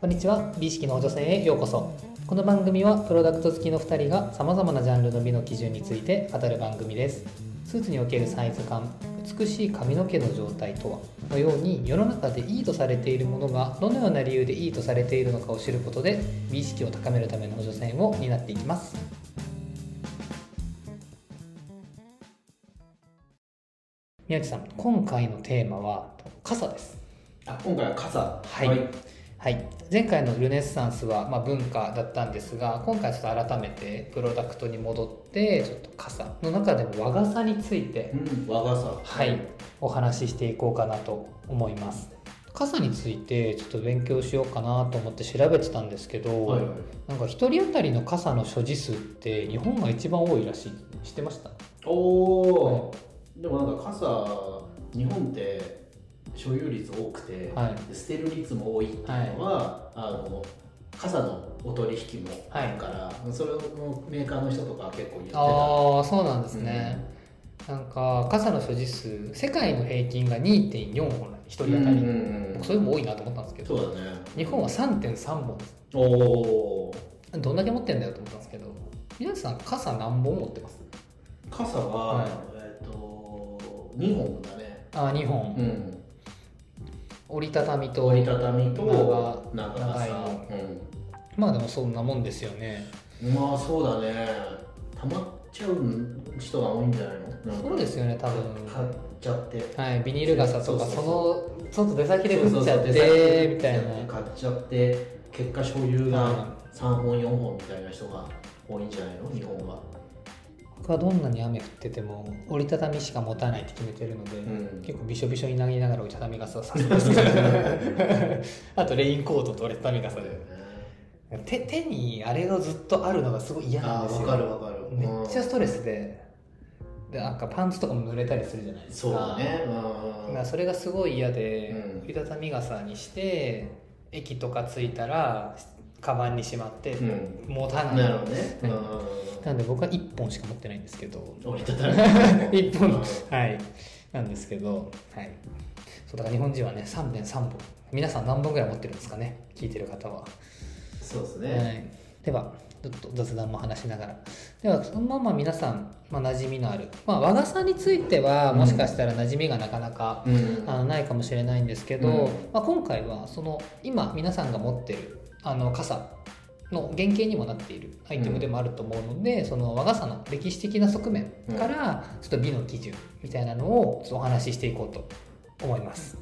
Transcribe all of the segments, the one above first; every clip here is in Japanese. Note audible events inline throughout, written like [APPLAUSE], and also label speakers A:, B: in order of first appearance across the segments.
A: こんにちは美意識の補助線へようこそこの番組はプロダクト好きの2人がさまざまなジャンルの美の基準について語る番組ですスーツにおけるサイズ感美しい髪の毛の状態とはのように世の中でいいとされているものがどのような理由でいいとされているのかを知ることで美意識を高めるための補助線を担っていきます宮内さん今回のテーマは傘です
B: あ今回は傘
A: はい、はい前回のルネッサンスは、まあ、文化だったんですが今回ちょっと改めてプロダクトに戻ってちょっと傘の中でも和傘について、
B: うん、和傘
A: はいお話ししていこうかなと思います傘についてちょっと勉強しようかなと思って調べてたんですけど、
B: はいはい
A: なんか1人当たりの傘の所持数って日本が一番多いらしい知ってました
B: おお、でもなんか傘日本って所有率多くて、
A: はい
B: で捨てる率も多いっていうのは、あの傘のお取引もあるから、それのメーカーの人とか結構言ってた
A: ああそうなんですね、なんか傘の所持数世界の平均が2.4本1人当たり、
B: うんうんうん
A: 僕それも多いなと思ったんですけど
B: そうだね
A: 日本は3.3本です
B: おおー
A: どんだけ持ってんだよと思ったんですけど皆さん傘何本持ってます
B: 傘は、
A: はい
B: えっ、と2本だね
A: あ2本、
B: うん
A: 折りたたみと
B: 折りたたみと
A: 長
B: 長
A: 長い
B: 傘
A: の
B: うん
A: まあでもそんなもんですよね
B: まあそうだね溜まっちゃう人が多いんじゃないのなんか
A: そうですよね多
B: 買っ
A: 分
B: ちゃって
A: はいビニール傘とか
B: そう
A: そ
B: そう
A: のちょっと出先で降っちゃっ
B: そうそう
A: て
B: そう
A: みたいな
B: 買っちゃって結果所有
A: は
B: が3本4本みたいな人が多いんじゃないの日本は
A: 僕はどんなに雨降ってても折りたたみしか持たないって決めてるので、
B: うん
A: 結構びしょびしょになりながら折りたたみ傘させてます
B: [LAUGHS]
A: あとレインコートと折りたたみ傘で手手にあれがずっとあるのがすごい嫌な
B: あ
A: ん
B: あ
A: です
B: 分
A: よ
B: かる分かる
A: めっちゃ
B: うん
A: ストレスででなんかパンツとかも濡れたりするじゃないですか
B: そうだねうん
A: だからそれがすごい嫌で、
B: うん
A: 折りたたみ傘にして駅とか着いたらカバンにしまって、
B: うん
A: 持たない
B: なるほどね
A: はい
B: うん
A: なんで僕は1本しか持ってないんですけ
B: [LAUGHS]
A: ど
B: 折りたたみ
A: [LAUGHS] 1本
B: うん
A: はいなんですけどはいそうだから日本人はね3点3本皆さん何本ぐらい持ってるんですかね聞いてる方は
B: そうです
A: は
B: ね
A: い、ではちょっと雑談も話しながらではそのまま皆さん、まあ、馴染みのある、まあ、和傘についてはもしかしたら馴染みがなかなか、
B: うん
A: あのないかもしれないんですけど、
B: うん
A: まあ、今回はその今皆さんが持ってるあの傘の原型にもなっているアイテムでもあると思うので、その和傘の歴史的な側面からちょっと美の基準みたいなのをちょっとお話ししていこうと思います。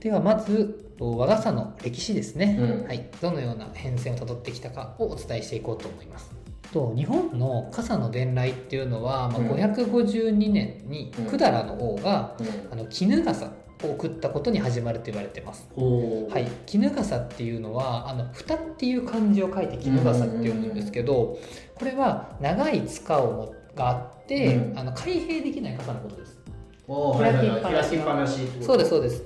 A: ではまずと和傘の歴史ですね、
B: うん
A: はい、どのような変遷をたどってきたかをお伝えしていこうと思います。と日本の傘の伝来っていうのは、まあ、
B: うん
A: 552年に
B: うん
A: 百済の王が、
B: うん
A: あの絹傘を送ったことに始まると言われてます。
B: ほう
A: はい、絹傘っていうのはあの蓋っていう漢字を書いて絹傘って読むんですけどこれは長い塚をもがあって、
B: うん
A: あの開閉できない傘のことです
B: おーはいはいはい
A: 開
B: 開
A: き
B: き
A: っ
B: っ
A: ぱ
B: ぱなしってこと
A: そうですそうです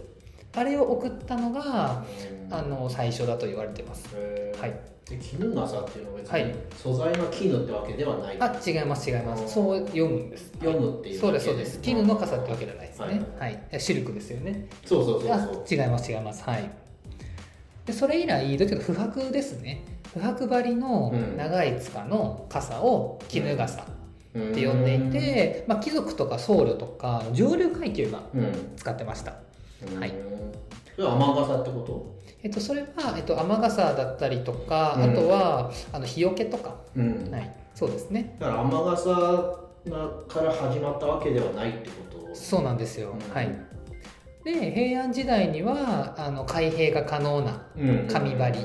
A: あれを送ったのが
B: うん
A: あの最初だと言われてます
B: へー
A: はい
B: で絹傘っていうのは別
A: はい
B: に素材が絹ってわけではない、
A: あ違います違いますそう読むんです
B: 読むっていう
A: そう
B: だけ
A: ですそうです絹の傘ってわけじゃないですね
B: は
A: はい、シルクですよね
B: そうそうそう
A: あ
B: そう
A: 違います違いますはいでそれ以来どっちかというと不白ですね不白張りの
B: うん
A: 長い柄の傘を絹傘って呼んでいて、まあ、貴族とか僧侶とか上流階級が
B: うん、
A: 使ってました、
B: うん
A: はい
B: それは雨傘ってこと
A: えっと、それは、えっと、雨傘だったりとか、
B: うん
A: あとはあの日よけとか、
B: うん
A: は
B: だ
A: い、そうですね
B: から雨傘がから始まったわけではないってこと
A: そうなんですよ、
B: うん
A: はいで平安時代にはあの開閉が可能な
B: うん
A: 紙張り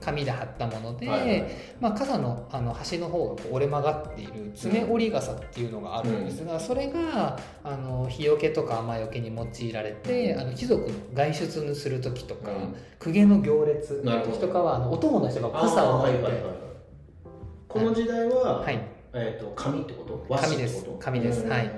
A: 紙で貼ったもので、
B: はいはい
A: まあ、傘のあの端の方がこう折れ曲がっている爪折り傘っていうのがあるんですが、それがあの日よけとか雨よけに用いられて、
B: うん
A: あの貴族の外出する時とか、
B: うん
A: 公家の行列
B: な
A: の
B: るほ
A: 時
B: ど
A: とかはあのお供の人が傘
B: あ
A: を
B: ーは
A: 持っ
B: い
A: て、
B: はいはいはいこの時代は、
A: はい
B: えー、と紙ってこと和紙ってこと
A: 紙です紙です
B: うん
A: はい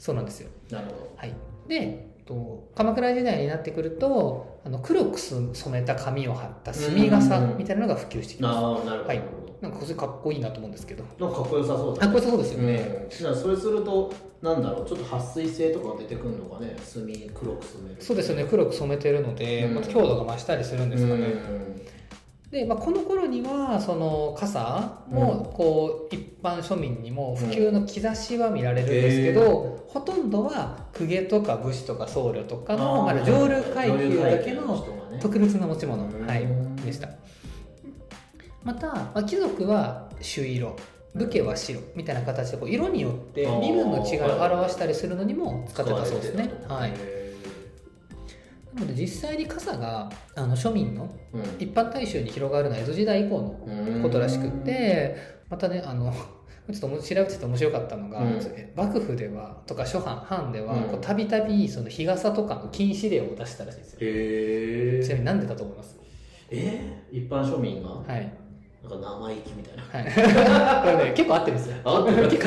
A: そうなんですよ。
B: なるほ
A: はい、でえっと鎌倉時代になってくるとあの黒くす染めた紙を貼った墨
B: うんうん
A: 傘
B: うん
A: みたいなのが普及してき
B: ど
A: ます。
B: ああなるほど、
A: はい
B: なるほど
A: なんかそれかっこいいなと思うんですけど
B: なんかかっこよさそう
A: か
B: だ
A: っ
B: ね
A: こよさそうですよね、
B: うん、だからそれするとなんだろうちょっと撥水性とか出てくるのがね墨黒く染める
A: そうですよね黒く染めてるので、
B: うん
A: また強度が増したりするんですかね、
B: うん
A: で、まあ、この頃にはその傘もこう一般庶民にも普及の兆しは見られるんですけ
B: うんへ
A: ど、ほとんどは公家とか武士とか僧侶とかのま
B: ー
A: だ上流階級だけ
B: 上流階級の
A: の
B: 人がね
A: 特別な持ち物、
B: うん
A: はい、でしたまた、まあ、貴族は朱色武家は白みたいな形でこう色によって
B: あー
A: 身分の違いを表したりするのにも使ってたそうですね
B: 使わ
A: は
B: れ
A: い
B: てたと
A: なので実際に傘があの庶民の
B: うん
A: 一般大衆に広がるのは江戸時代以降のことらしくってまたねあの [LAUGHS] ちょっと調べてて面白かったのが、
B: うん
A: 幕府ではとか諸藩藩では
B: うん
A: こうたびたびその日傘とかの禁止令を出したらしいんですよ、
B: へ
A: ちなみ
B: え
A: になんでだと思います
B: え一般庶民が
A: はい、
B: なんか生意気みたいな
A: はい、 [LAUGHS] これね結構合ってるんですよ [LAUGHS]
B: あってる [LAUGHS]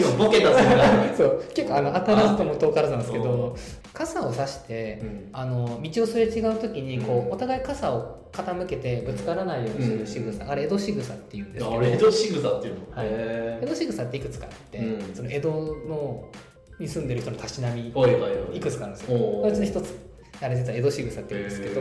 B: 今ボケたそうな
A: そう結構あの当たらずとも遠からずなんですけど傘を差してあの道をすれ違う時にこう、
B: うん
A: お互い傘を傾けてぶつからないようにする仕草、あれ江戸仕草っていうんですけど
B: あれ江戸仕草っていうの
A: はい江
B: へ
A: 戸仕草っていくつかあって、
B: うん
A: その江戸のに住んでる人のたしなみ
B: ーはいはいはい
A: いくつかあるんですよ。
B: お
A: これの一つあれ実は江戸仕草って言うんですけど、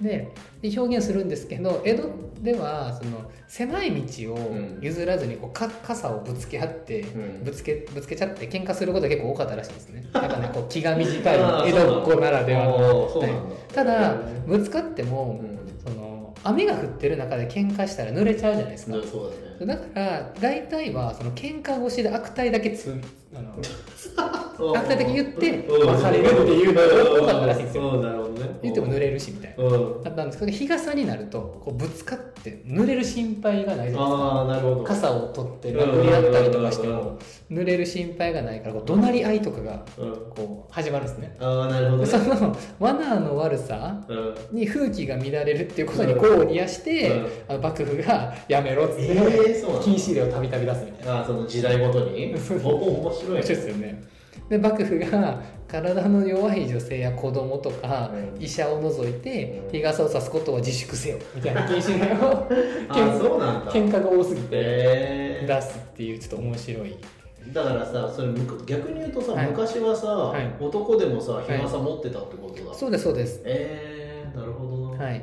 A: でで表現するんですけど江戸ではその狭い道を
B: うん
A: 譲らずにこうか傘をぶつけ合って、
B: うん
A: ぶつけぶつけちゃって喧嘩することが結構多かったらしいですね。なんかねこう気が短い
B: あー
A: 江戸っ子ならではの。
B: そうなんだ
A: ただ
B: へー
A: ぶつかっても、
B: うん
A: その雨が降ってる中で喧嘩したら濡れちゃうじゃないですか。
B: そうだね
A: だから大体はその喧嘩越しで悪態だけつあの悪態だけ言って別れるっていうのが多かったらしいんですよ
B: うんなるほどね
A: 言っても濡れるしみたいな
B: うん
A: だったんですけど日傘になるとこうぶつかって濡れる心配がないじゃないですか
B: ああなるほど
A: 傘を取って殴り合ったりとかしても濡れる心配がないからこう怒鳴り合いとかが
B: うん
A: こう始まるんですね
B: ああなるほどね
A: そのマナーの悪さ
B: うん
A: に風紀が乱れるっていうことに功を煮やして、
B: うん
A: あの幕府がやめろっつって、
B: えーそうなの
A: 禁止令をたびたび出すみたいな
B: あーその時代ごと
A: [LAUGHS]
B: に
A: そう
B: お面白いね
A: 面白いですよねで幕府が体の弱い女性や子供とか
B: うん
A: 医者を除いて
B: うん
A: 日傘を差すことは自粛せよみたいな禁止令を
B: [LAUGHS] あ
A: 喧
B: ーそうなんだ
A: 喧嘩が多すぎて
B: へー
A: 出すっていうちょっと面白い
B: だからさそれむく逆に言うとさ、
A: はい
B: 昔はさ、
A: はい
B: 男でもさ日傘持ってたってことだ、
A: そうですそうです
B: えー、なるほどな、
A: はい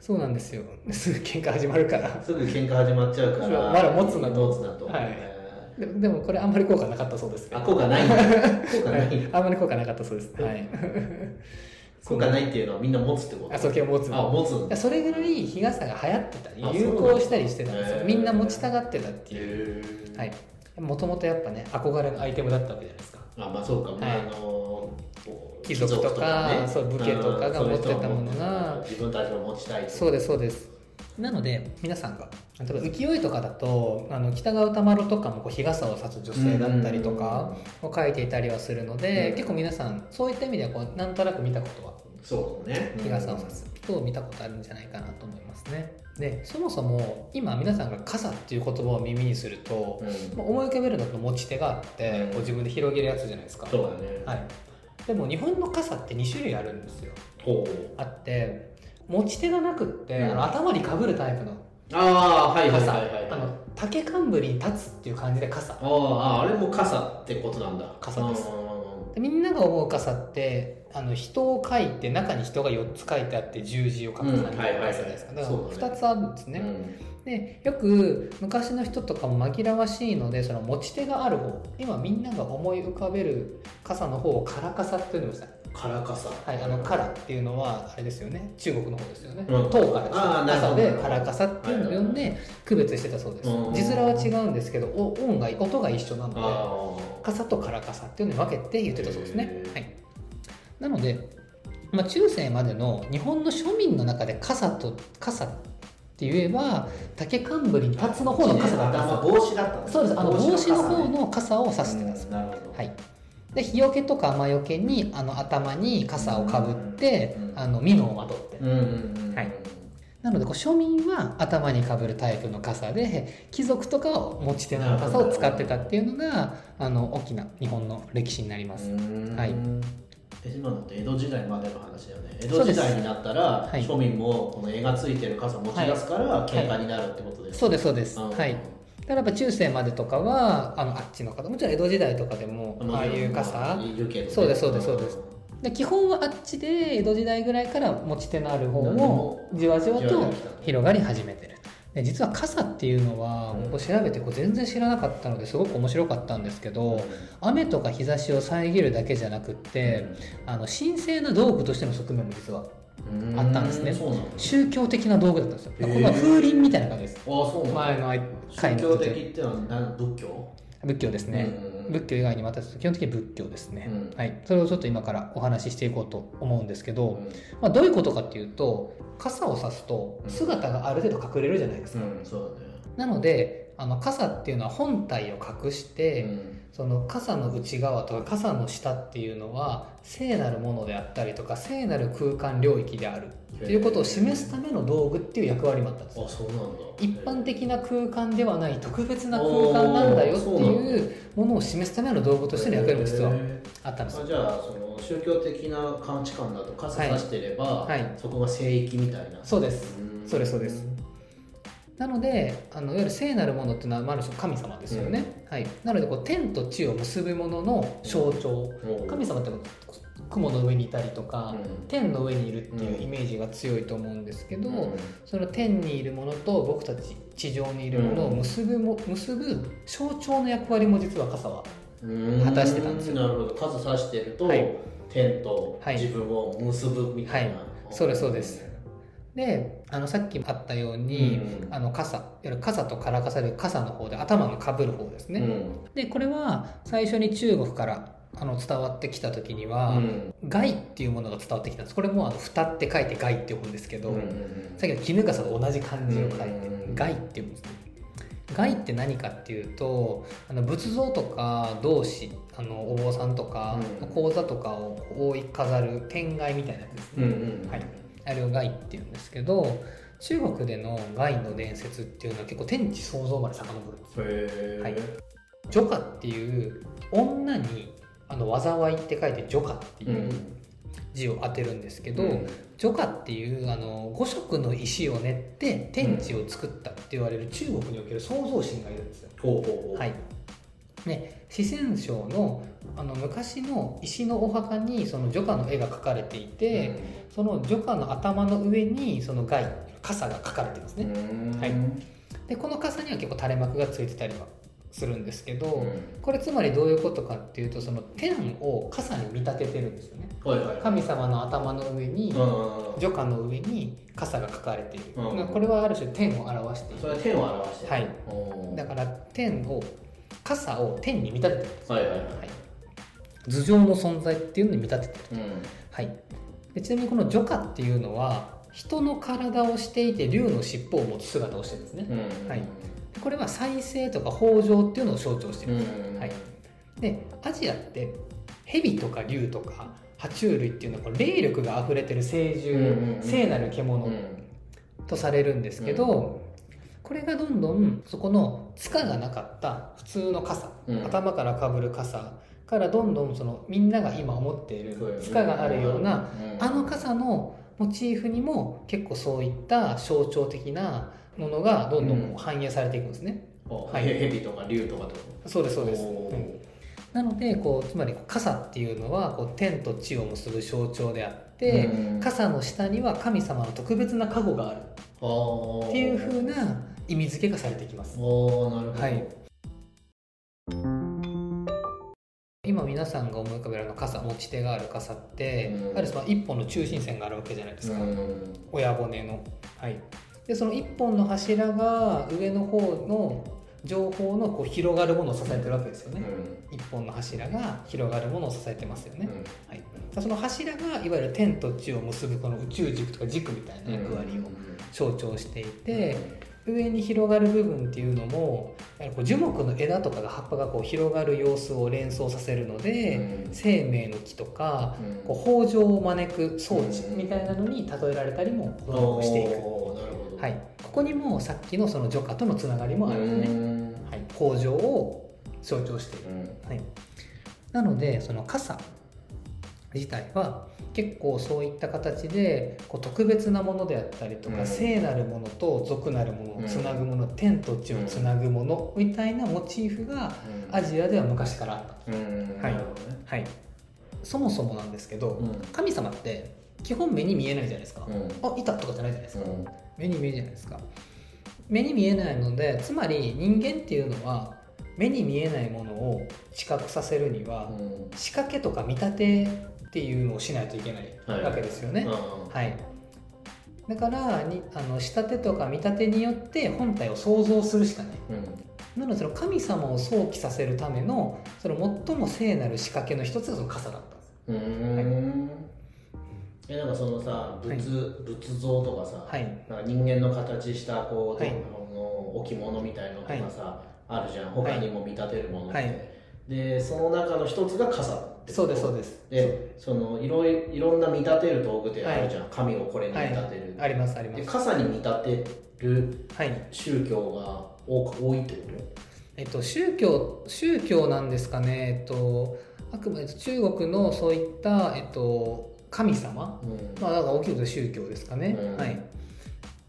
A: そうなんですよすぐ喧嘩始まるから
B: すぐ喧嘩始まっちゃうから
A: そうまだ持つなと
B: 持つなと、
A: はい
B: え
A: ででもこれあんまり効果なかったそうですけ
B: ー
A: ど
B: あ効果ないんだ効果
A: は
B: ない
A: い [LAUGHS] あんまり効果なかったそうです [LAUGHS] はい
B: 効果ないっていうのはみんな持つってこと
A: あそう今日持つ
B: あ持つん
A: いや
B: だ
A: それぐらい日傘が流行ってたり
B: あそう
A: 有効したりしてたんです
B: へ
A: よ
B: ー
A: みんな持ちたがってたっていう
B: へー
A: はいもともとやっぱね憧れのアイテムだったわけじゃないですか
B: あまあそうか、まあ
A: はい
B: あのこう
A: 貴族とかそう武家とかが
B: うん
A: 持ってたものが
B: そういう人が持ってた自分たちも持ちたいと
A: そうですそうですなので皆さんが例えば浮世絵とかだとあの北川歌丸とかもこう日傘を差す女性だったりとかを描いていたりはするので、
B: うん
A: 結構皆さんそういった意味ではこうなんとなく見たことは
B: そうね
A: 日傘を差す人を見たことあるんじゃないかなと思いますね。でそもそも今皆さんが傘っていう言葉を耳にすると、
B: うん
A: まあ思い浮かべるのと持ち手があって、
B: うん
A: こう自分で広げるやつじゃないですか。
B: そうだね
A: はい、でも日本の傘って2種類あるんですよ。
B: ほう
A: あって持ち手がなくって、
B: うん
A: あの頭にかぶるタイプの
B: ああはいはい
A: 傘、
B: はいはい
A: あの竹冠に立つっていう感じで傘
B: あーあーあれも傘ってことなんだ
A: 傘です
B: うんうん
A: でみんなが思う傘ってあの人を書いて中に人が4つ書いてあって十字を書く感じの
B: うん
A: 傘
B: はいはいはい
A: じゃないですか、だか
B: そうだ
A: ら2
B: ね
A: つあるんですね、でよく昔の人とかも紛らわしいのでその持ち手がある方今みんなが思い浮かべる傘の方を空傘って呼んでました
B: うんカラ傘
A: はい、あのカラっていうのはあれですよね中国の方ですよね、
B: うん
A: 唐から来
B: あ
A: た
B: ーなる
A: 傘
B: ほど
A: でカラカサっていうのを呼んで区別してたそうです、
B: うん
A: 字面は違うんですけどお音が音が一緒なの
B: あ
A: で傘とカラカサっていうのに分けて言ってたそうですね
B: へ、ー
A: はい、なので、まあ、中世までの日本の庶民の中で傘と傘って言えば竹冠に立つの
B: あ
A: 方の傘だったんですよ
B: 帽子だったんだ
A: そうですあの帽子の方
B: ね
A: の傘を指してたんです
B: うんなるほど
A: はい、で日よけとか雨よけにあの頭に傘をかぶって、
B: うん
A: あの身のをまとって、
B: うんうんうん
A: はいなのでこう庶民は頭にかぶるタイプの傘で貴族とかを持ち手の傘を使ってたっていうのがあの大きな日本の歴史になります、
B: うん
A: はい
B: え今のって江戸時代までの話だよね江
A: そ
B: 戸
A: うで
B: 時
A: す
B: 代になったら、
A: はい
B: 庶民もこの絵がついてる傘持ち出すから喧嘩になるってことです
A: そう
B: ね、
A: ですそうです、
B: うん
A: はいだからやっぱ中世までとかはあのあっちの方もちろん江戸時代とかでも
B: もちろん
A: ああいう傘
B: いるけどね
A: そうですそうですそうですで基本はあっちで江戸時代ぐらいから持ち手のある方
B: 何でも
A: もじわじわ
B: じわじ
A: と
B: わ来たと
A: 広がり始めてるで実は傘っていうのは
B: うん
A: こう調べてこう全然知らなかったのですごく面白かったんですけ
B: うん
A: ど雨とか日差しを遮るだけじゃなくってあの神聖な道具としての側面も実は
B: うん
A: あったんですね
B: そうなのあ
A: 宗教的な道具だったんですよ
B: へ
A: こ
B: ー
A: れは風鈴みたいな感じです
B: そうなの
A: 前の
B: 宗
A: 回の
B: 教
A: 途
B: 的っ
A: 中
B: ていうのは何仏教
A: 仏教ですね、
B: うん
A: 仏教以外にもあったんですけど基本的に仏教ですね、
B: うん
A: はい、それをちょっと今からお話ししていこうと思うんですけど、
B: うん
A: まあ、どういうことかっていうと傘を差すと
B: うん
A: 姿がある程度隠れるじゃないですか、
B: うんそう
A: なのであの傘っていうのは本体を隠し
B: だ
A: て、
B: ねうん
A: その傘の内側とか傘の下っていうのは聖なるものであったりとか聖なる空間領域であるっていうことを示すための道具っていう役割もあったんです
B: あそうなんだ
A: 一般的な空間ではない特別な空間なんだよって
B: おーそうないん
A: うものを示すための道具としての役割も実は
B: へ
A: あったんです
B: ー
A: よ
B: あじゃあその宗教的な感知感だと傘さしてれば、
A: はいはい
B: そこが聖域みたいな
A: そうです
B: うん
A: そうですそうですなのであのいわゆる聖なるものっていうのはまあある種神様ですよね、はい、なのでこう天と地を結ぶものの象徴
B: おう
A: 神様って雲の上にいたりとか、
B: うん
A: 天の上にいるっていうイメージが強いと思うんですけど、
B: うん
A: その天にいるものと僕たち地上にいるものを結ぶも結ぶ象徴の役割も実は傘は
B: うん
A: 果たしてたんですよ
B: なるほど傘さしてると、
A: はい
B: 天と
A: はい
B: 自分を結ぶみたいな、
A: はいそうですそうですであのさっきあったように、
B: うん
A: あの傘いわゆる傘とからかされる傘の方で頭のかぶる方ですね、
B: うん
A: でこれは最初に中国からあの伝わってきた時には
B: うん
A: 「害」っていうものが伝わってきたんですこれもあの「蓋」って書いて「害」って読むんですけど、
B: うん
A: さっきの絹笠と同じ漢字を書いて
B: うん
A: 「害」って読むんですね。害って何かっていうとあの仏像とか同士あのお坊さんとか
B: うん
A: 講座とかを覆い飾る天蓋みたいなやつです
B: うん
A: ね、
B: うん
A: はい、あれを害っていうんですけど中国での害の伝説っていうのは結構天地創造まで遡るんですよ
B: へー
A: はい女化っていう女にあの災いって書いて女化って
B: う
A: い
B: ん
A: う字を当てるんですけど、
B: うん
A: 女化っていうあの5色の石を練って天地を作ったって言われる中国における創造神がいるんですよ。
B: ほうほうほう
A: はいね、四川省のあの昔の石のお墓にその女化の絵が描かれていて、その女化の頭の上にその害傘が描かれてるんです
B: う
A: ね。
B: ん
A: はいでこの傘には結構垂れ幕がついてたりはするんですけど、これつまりどういうことかっていうとその天を傘に見立ててるんですよね
B: はいはい
A: 神様の頭の上に
B: うん
A: 除花の上に傘が書かれている、
B: うん
A: これはある種天を表してい
B: そ
A: る
B: れは天を表してる
A: はい
B: おー
A: だから天を傘を天に見立ててる、
B: はいはいはい
A: はい、頭上の存在っていうのに見立ててる、
B: うん
A: はい、でちなみにこの除花っていうのは人の体をしていて竜の尻尾を持つ姿をしてるんですね
B: うん
A: はいでこれは再生とか豊穣っていうのを象徴してる、
B: うん
A: はいでアジアって蛇とか竜とか爬虫類っていうのはこう霊力が溢れてる聖
B: うんうん
A: 獣
B: うん
A: 聖なる
B: う
A: 獣
B: ん
A: とされるんですけどこれがどんどんそこの塚がなかった普通の傘
B: うん
A: 頭からかぶる傘からどんどんそのみんなが今思っている
B: そうよね
A: 塚があるような
B: うん
A: あの傘のモチーフにも結構そういった象徴的なものがどんどんこう反映されていくんですね。
B: あ
A: はい
B: 蛇とか竜とかと
A: そうですそうです、
B: お
A: うん
B: ー
A: なのでこうつまり傘っていうのはこう天と地を結ぶ象徴であって、
B: うん
A: 傘の下には神様の特別な加護がある
B: あー
A: っていう風な意味付けがされてきます。
B: おーなるほど
A: はい今皆さんが思い浮かべるあの傘持ち手がある傘って、
B: うん
A: あるその一本の中心線があるわけじゃないですか、
B: うん
A: 親骨の。はい、でその一本の柱が上の方の情報のこう広がるものを支えてるわけですよね。一本の柱が広がるものを支えてますよね。はい、その柱がいわゆる天と地を結ぶこの宇宙軸とか軸みたいな役割を象徴していて、上に広がる部分っていうのもやはりこう樹木の枝とかが葉っぱがこう広がる様子を連想させるので、生命の木とかこう豊穣を招く装置みたいなのに例えられたりも
B: うんおー
A: していく、
B: なるほど
A: はい、ここにもさっきのその除花とのつながりもあるんですね、
B: ね
A: はい、豊穣を象徴している。はい、なのでその傘自体は結構そういった形でこう特別なものであったりとか、
B: うん
A: 聖なるものと俗なるものをつなぐもの、天と地をつなぐものみたいなモチーフがアジアでは昔からあった、
B: うん
A: はい
B: なるほどね
A: はい、そもそもなんですけど、
B: うん
A: 神様って基本目に見えないじゃないですか、
B: うん
A: あいたとかじゃないじゃないですか、
B: うん
A: 目に見えるじゃないですか目に見えないのでつまり人間っていうのは目に見えないものを知覚させるには、
B: うん
A: 仕掛けとか見立てっていうのをしないといけない
B: はい
A: わけですよね。
B: うん
A: はい、だからにあの仕立てとか見立てによって本体を想像するしかない。
B: うん
A: なのでその神様を想起させるためのその最も聖なる仕掛けの一つがその傘だったんです。
B: うーんえなんかそのさ仏,、
A: はい
B: 仏像とかさ、
A: はい
B: なんか人間の形したこう、
A: はい
B: あの置物みたいのとかさ、あるじゃん他にも見立てるものって、
A: はい
B: でその中の一つが傘って
A: そうですそう
B: で
A: です。
B: でそのいろいいろんな見立てる道具ってあるじゃん、紙をこれに見
A: はい
B: 立てる、
A: ありますありま。
B: です傘に見立てる
A: はい。
B: 宗教が多く多いってこ
A: えっと宗教宗教なんですかね。えっとあくまで中国のそういったえっと神様
B: と、うん
A: まあ、だから大きく言うと宗教ですかね、
B: うん
A: はい、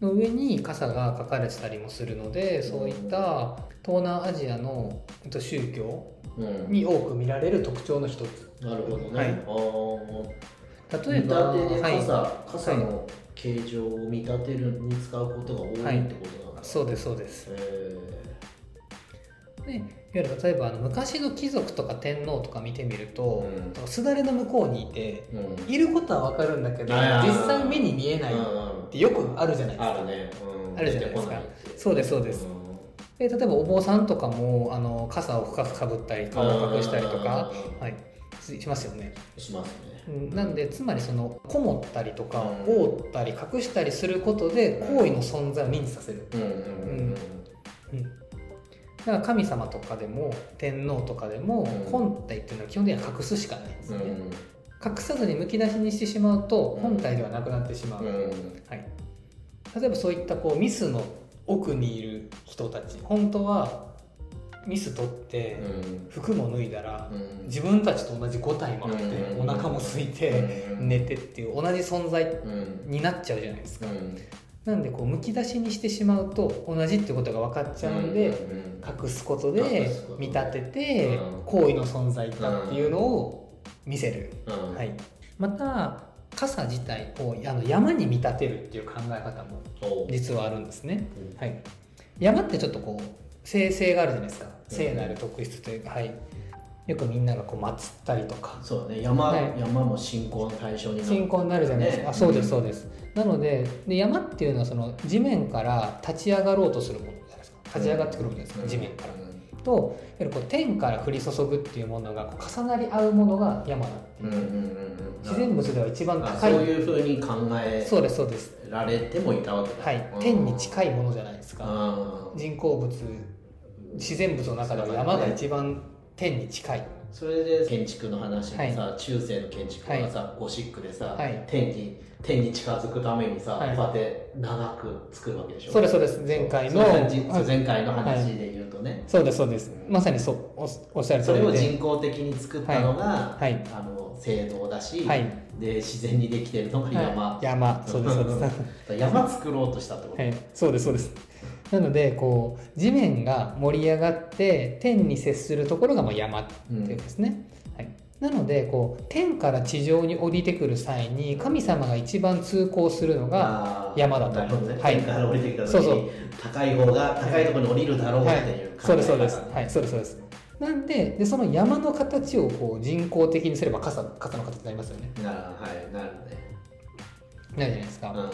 A: の上に傘が書かれてたりもするのでそういった東南アジアのえっと宗教
B: うん
A: に多く見られる特徴の一つ
B: なるほどね、
A: はい
B: ああ
A: 例えば
B: 見立てで傘、
A: はい、
B: 傘の形状を見立てるに使うことが多いってことなんだ、
A: そうですそうです
B: え
A: でいわゆる例えばあの昔の貴族とか天皇とか見てみると、
B: う
A: すだれの向こうにいて
B: ーうん
A: いることは分かるんだけど
B: あー
A: 実際目に見えないっ
B: うん
A: てよくあるじゃないですか
B: あるね、うん、
A: あるじゃないですかそうですそうです
B: う
A: で例えばお坊さんとかもあの傘を深くかぶったり顔を隠したりとか、
B: うん
A: はい、ししますよね。
B: ん、しますね
A: うんなんでつまりそのこもったりとか
B: うん
A: 覆ったり隠したりすることで
B: うん
A: 行為の存在を認知させる。
B: うんうんうん
A: うんだから神様とかでも天皇とかでも
B: うん
A: 本体っていうのは基本的には隠すしかないんです
B: うん
A: よ
B: う
A: ね。
B: ん
A: 隠さずにむき出しにしてしまうと
B: うん
A: 本体ではなくなってしまう。
B: うん
A: はい、例えばそういったこうミスの奥にいる人たち本当はミス取って
B: うん
A: 服も脱いだら
B: うん
A: 自分たちと同じ5体もあって
B: う
A: お
B: ん
A: 腹も空いて
B: うん
A: 寝てっていう同じ存在
B: うん
A: になっちゃうじゃないです
B: う
A: か。
B: ん
A: なんでこうむき出しにしてしまうと同じってことが分かっちゃうんで
B: うん
A: 隠すこと
B: 隠
A: です
B: ことで
A: 見立てて
B: うん
A: 行為の存在だっていうのを見せる。
B: うん
A: はい、また傘自体をあの山に見立てるっていう考え方も
B: おう
A: 実はあるんですね、はい、山ってちょっとこう生成があるじゃないですか聖なる特質というか、はい、よくみんながこう祀ったりとか
B: そうだね山、
A: はい
B: 山も信仰の対象になる
A: 信仰になるじゃないですか、
B: ね
A: あそうですそうです、なのでで山っていうのはその地面から立ち上がろうとするものじゃないですか立ち上がってくるものじゃないですか、
B: うん
A: 地面から
B: う、ん
A: といわゆるこう天から降り注ぐっていうものがこう重なり合うものが山だっていうう、
B: んうんうんうん
A: 自然物では一番
B: あ
A: 高
B: そ
A: い
B: ういうふうに考え
A: そうですそうです
B: られてもいたわけだ、
A: はい、
B: うん
A: 天に近いものじゃないですか、
B: うん
A: 人工物自然物の中では山が一番天に近い
B: それで建築の話もさ、中世の建築がさ、ゴシックでさ、
A: はい
B: 天に天に近づくためにさ、
A: はい
B: こうやって長く作るわけでしょ
A: そうですそうです前回の
B: そうじ
A: はい
B: 前回の話で言うとね、
A: そうですそうですまさにそうおおっしゃる
B: そ
A: 通り
B: れを
A: で
B: 人工的に作ったのが、
A: はいはい
B: あの聖堂だし、
A: はい
B: で自然にできてるのが山、
A: はい山そうですそうです
B: んだから山作ろうとしたってこと、
A: はい、そうですそうですなのでこう地面が盛り上がって天に接するところがもう山っていうんですね、はい、なのでこう天から地上に降りてくる際に神様が一番通行するのが
B: あー
A: 山だと
B: なるほどね、
A: はい
B: 天から降りてきた時に
A: そうそう
B: 高い方が高いところに降りるだろうって
A: はいいう
B: 考え方、
A: そうですそうですはいそうですそうですなんででその山の形をこう人工的にすれば傘傘の形になりますよね
B: なるはいなるね
A: なるじゃないですか、
B: うん
A: はい、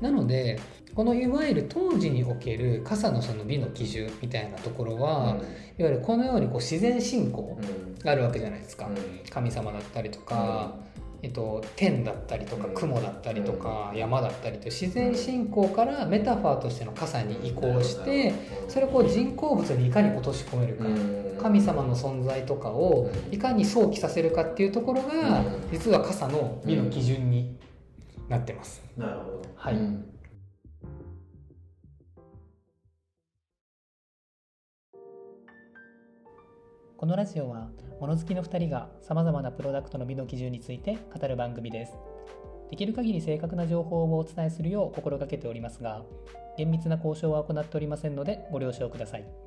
A: なのでこのいわゆる当時における傘のその美の基準みたいなところは、いわゆるこのようにこう自然信仰
B: うんうん
A: があるわけじゃないですか、
B: うん
A: 神様だったりとか、えっと、天だったりとか
B: うん
A: 雲だったりとか、山だったりという自然信仰からメタファーとしての傘に移行して、それをこう人工物にいかに落とし込めるか、
B: うん
A: 神様の存在とかを
B: うん
A: いかに想起させるかっていうところが
B: うん
A: 実は傘の美の基準になってます。
B: なるほど
A: はい
B: うん
A: このラジオは物好きの2人がさまざまなプロダクトの美の基準について語る番組ですできる限り正確な情報をお伝えするよう心がけておりますが厳密な交渉は行っておりませんのでご了承ください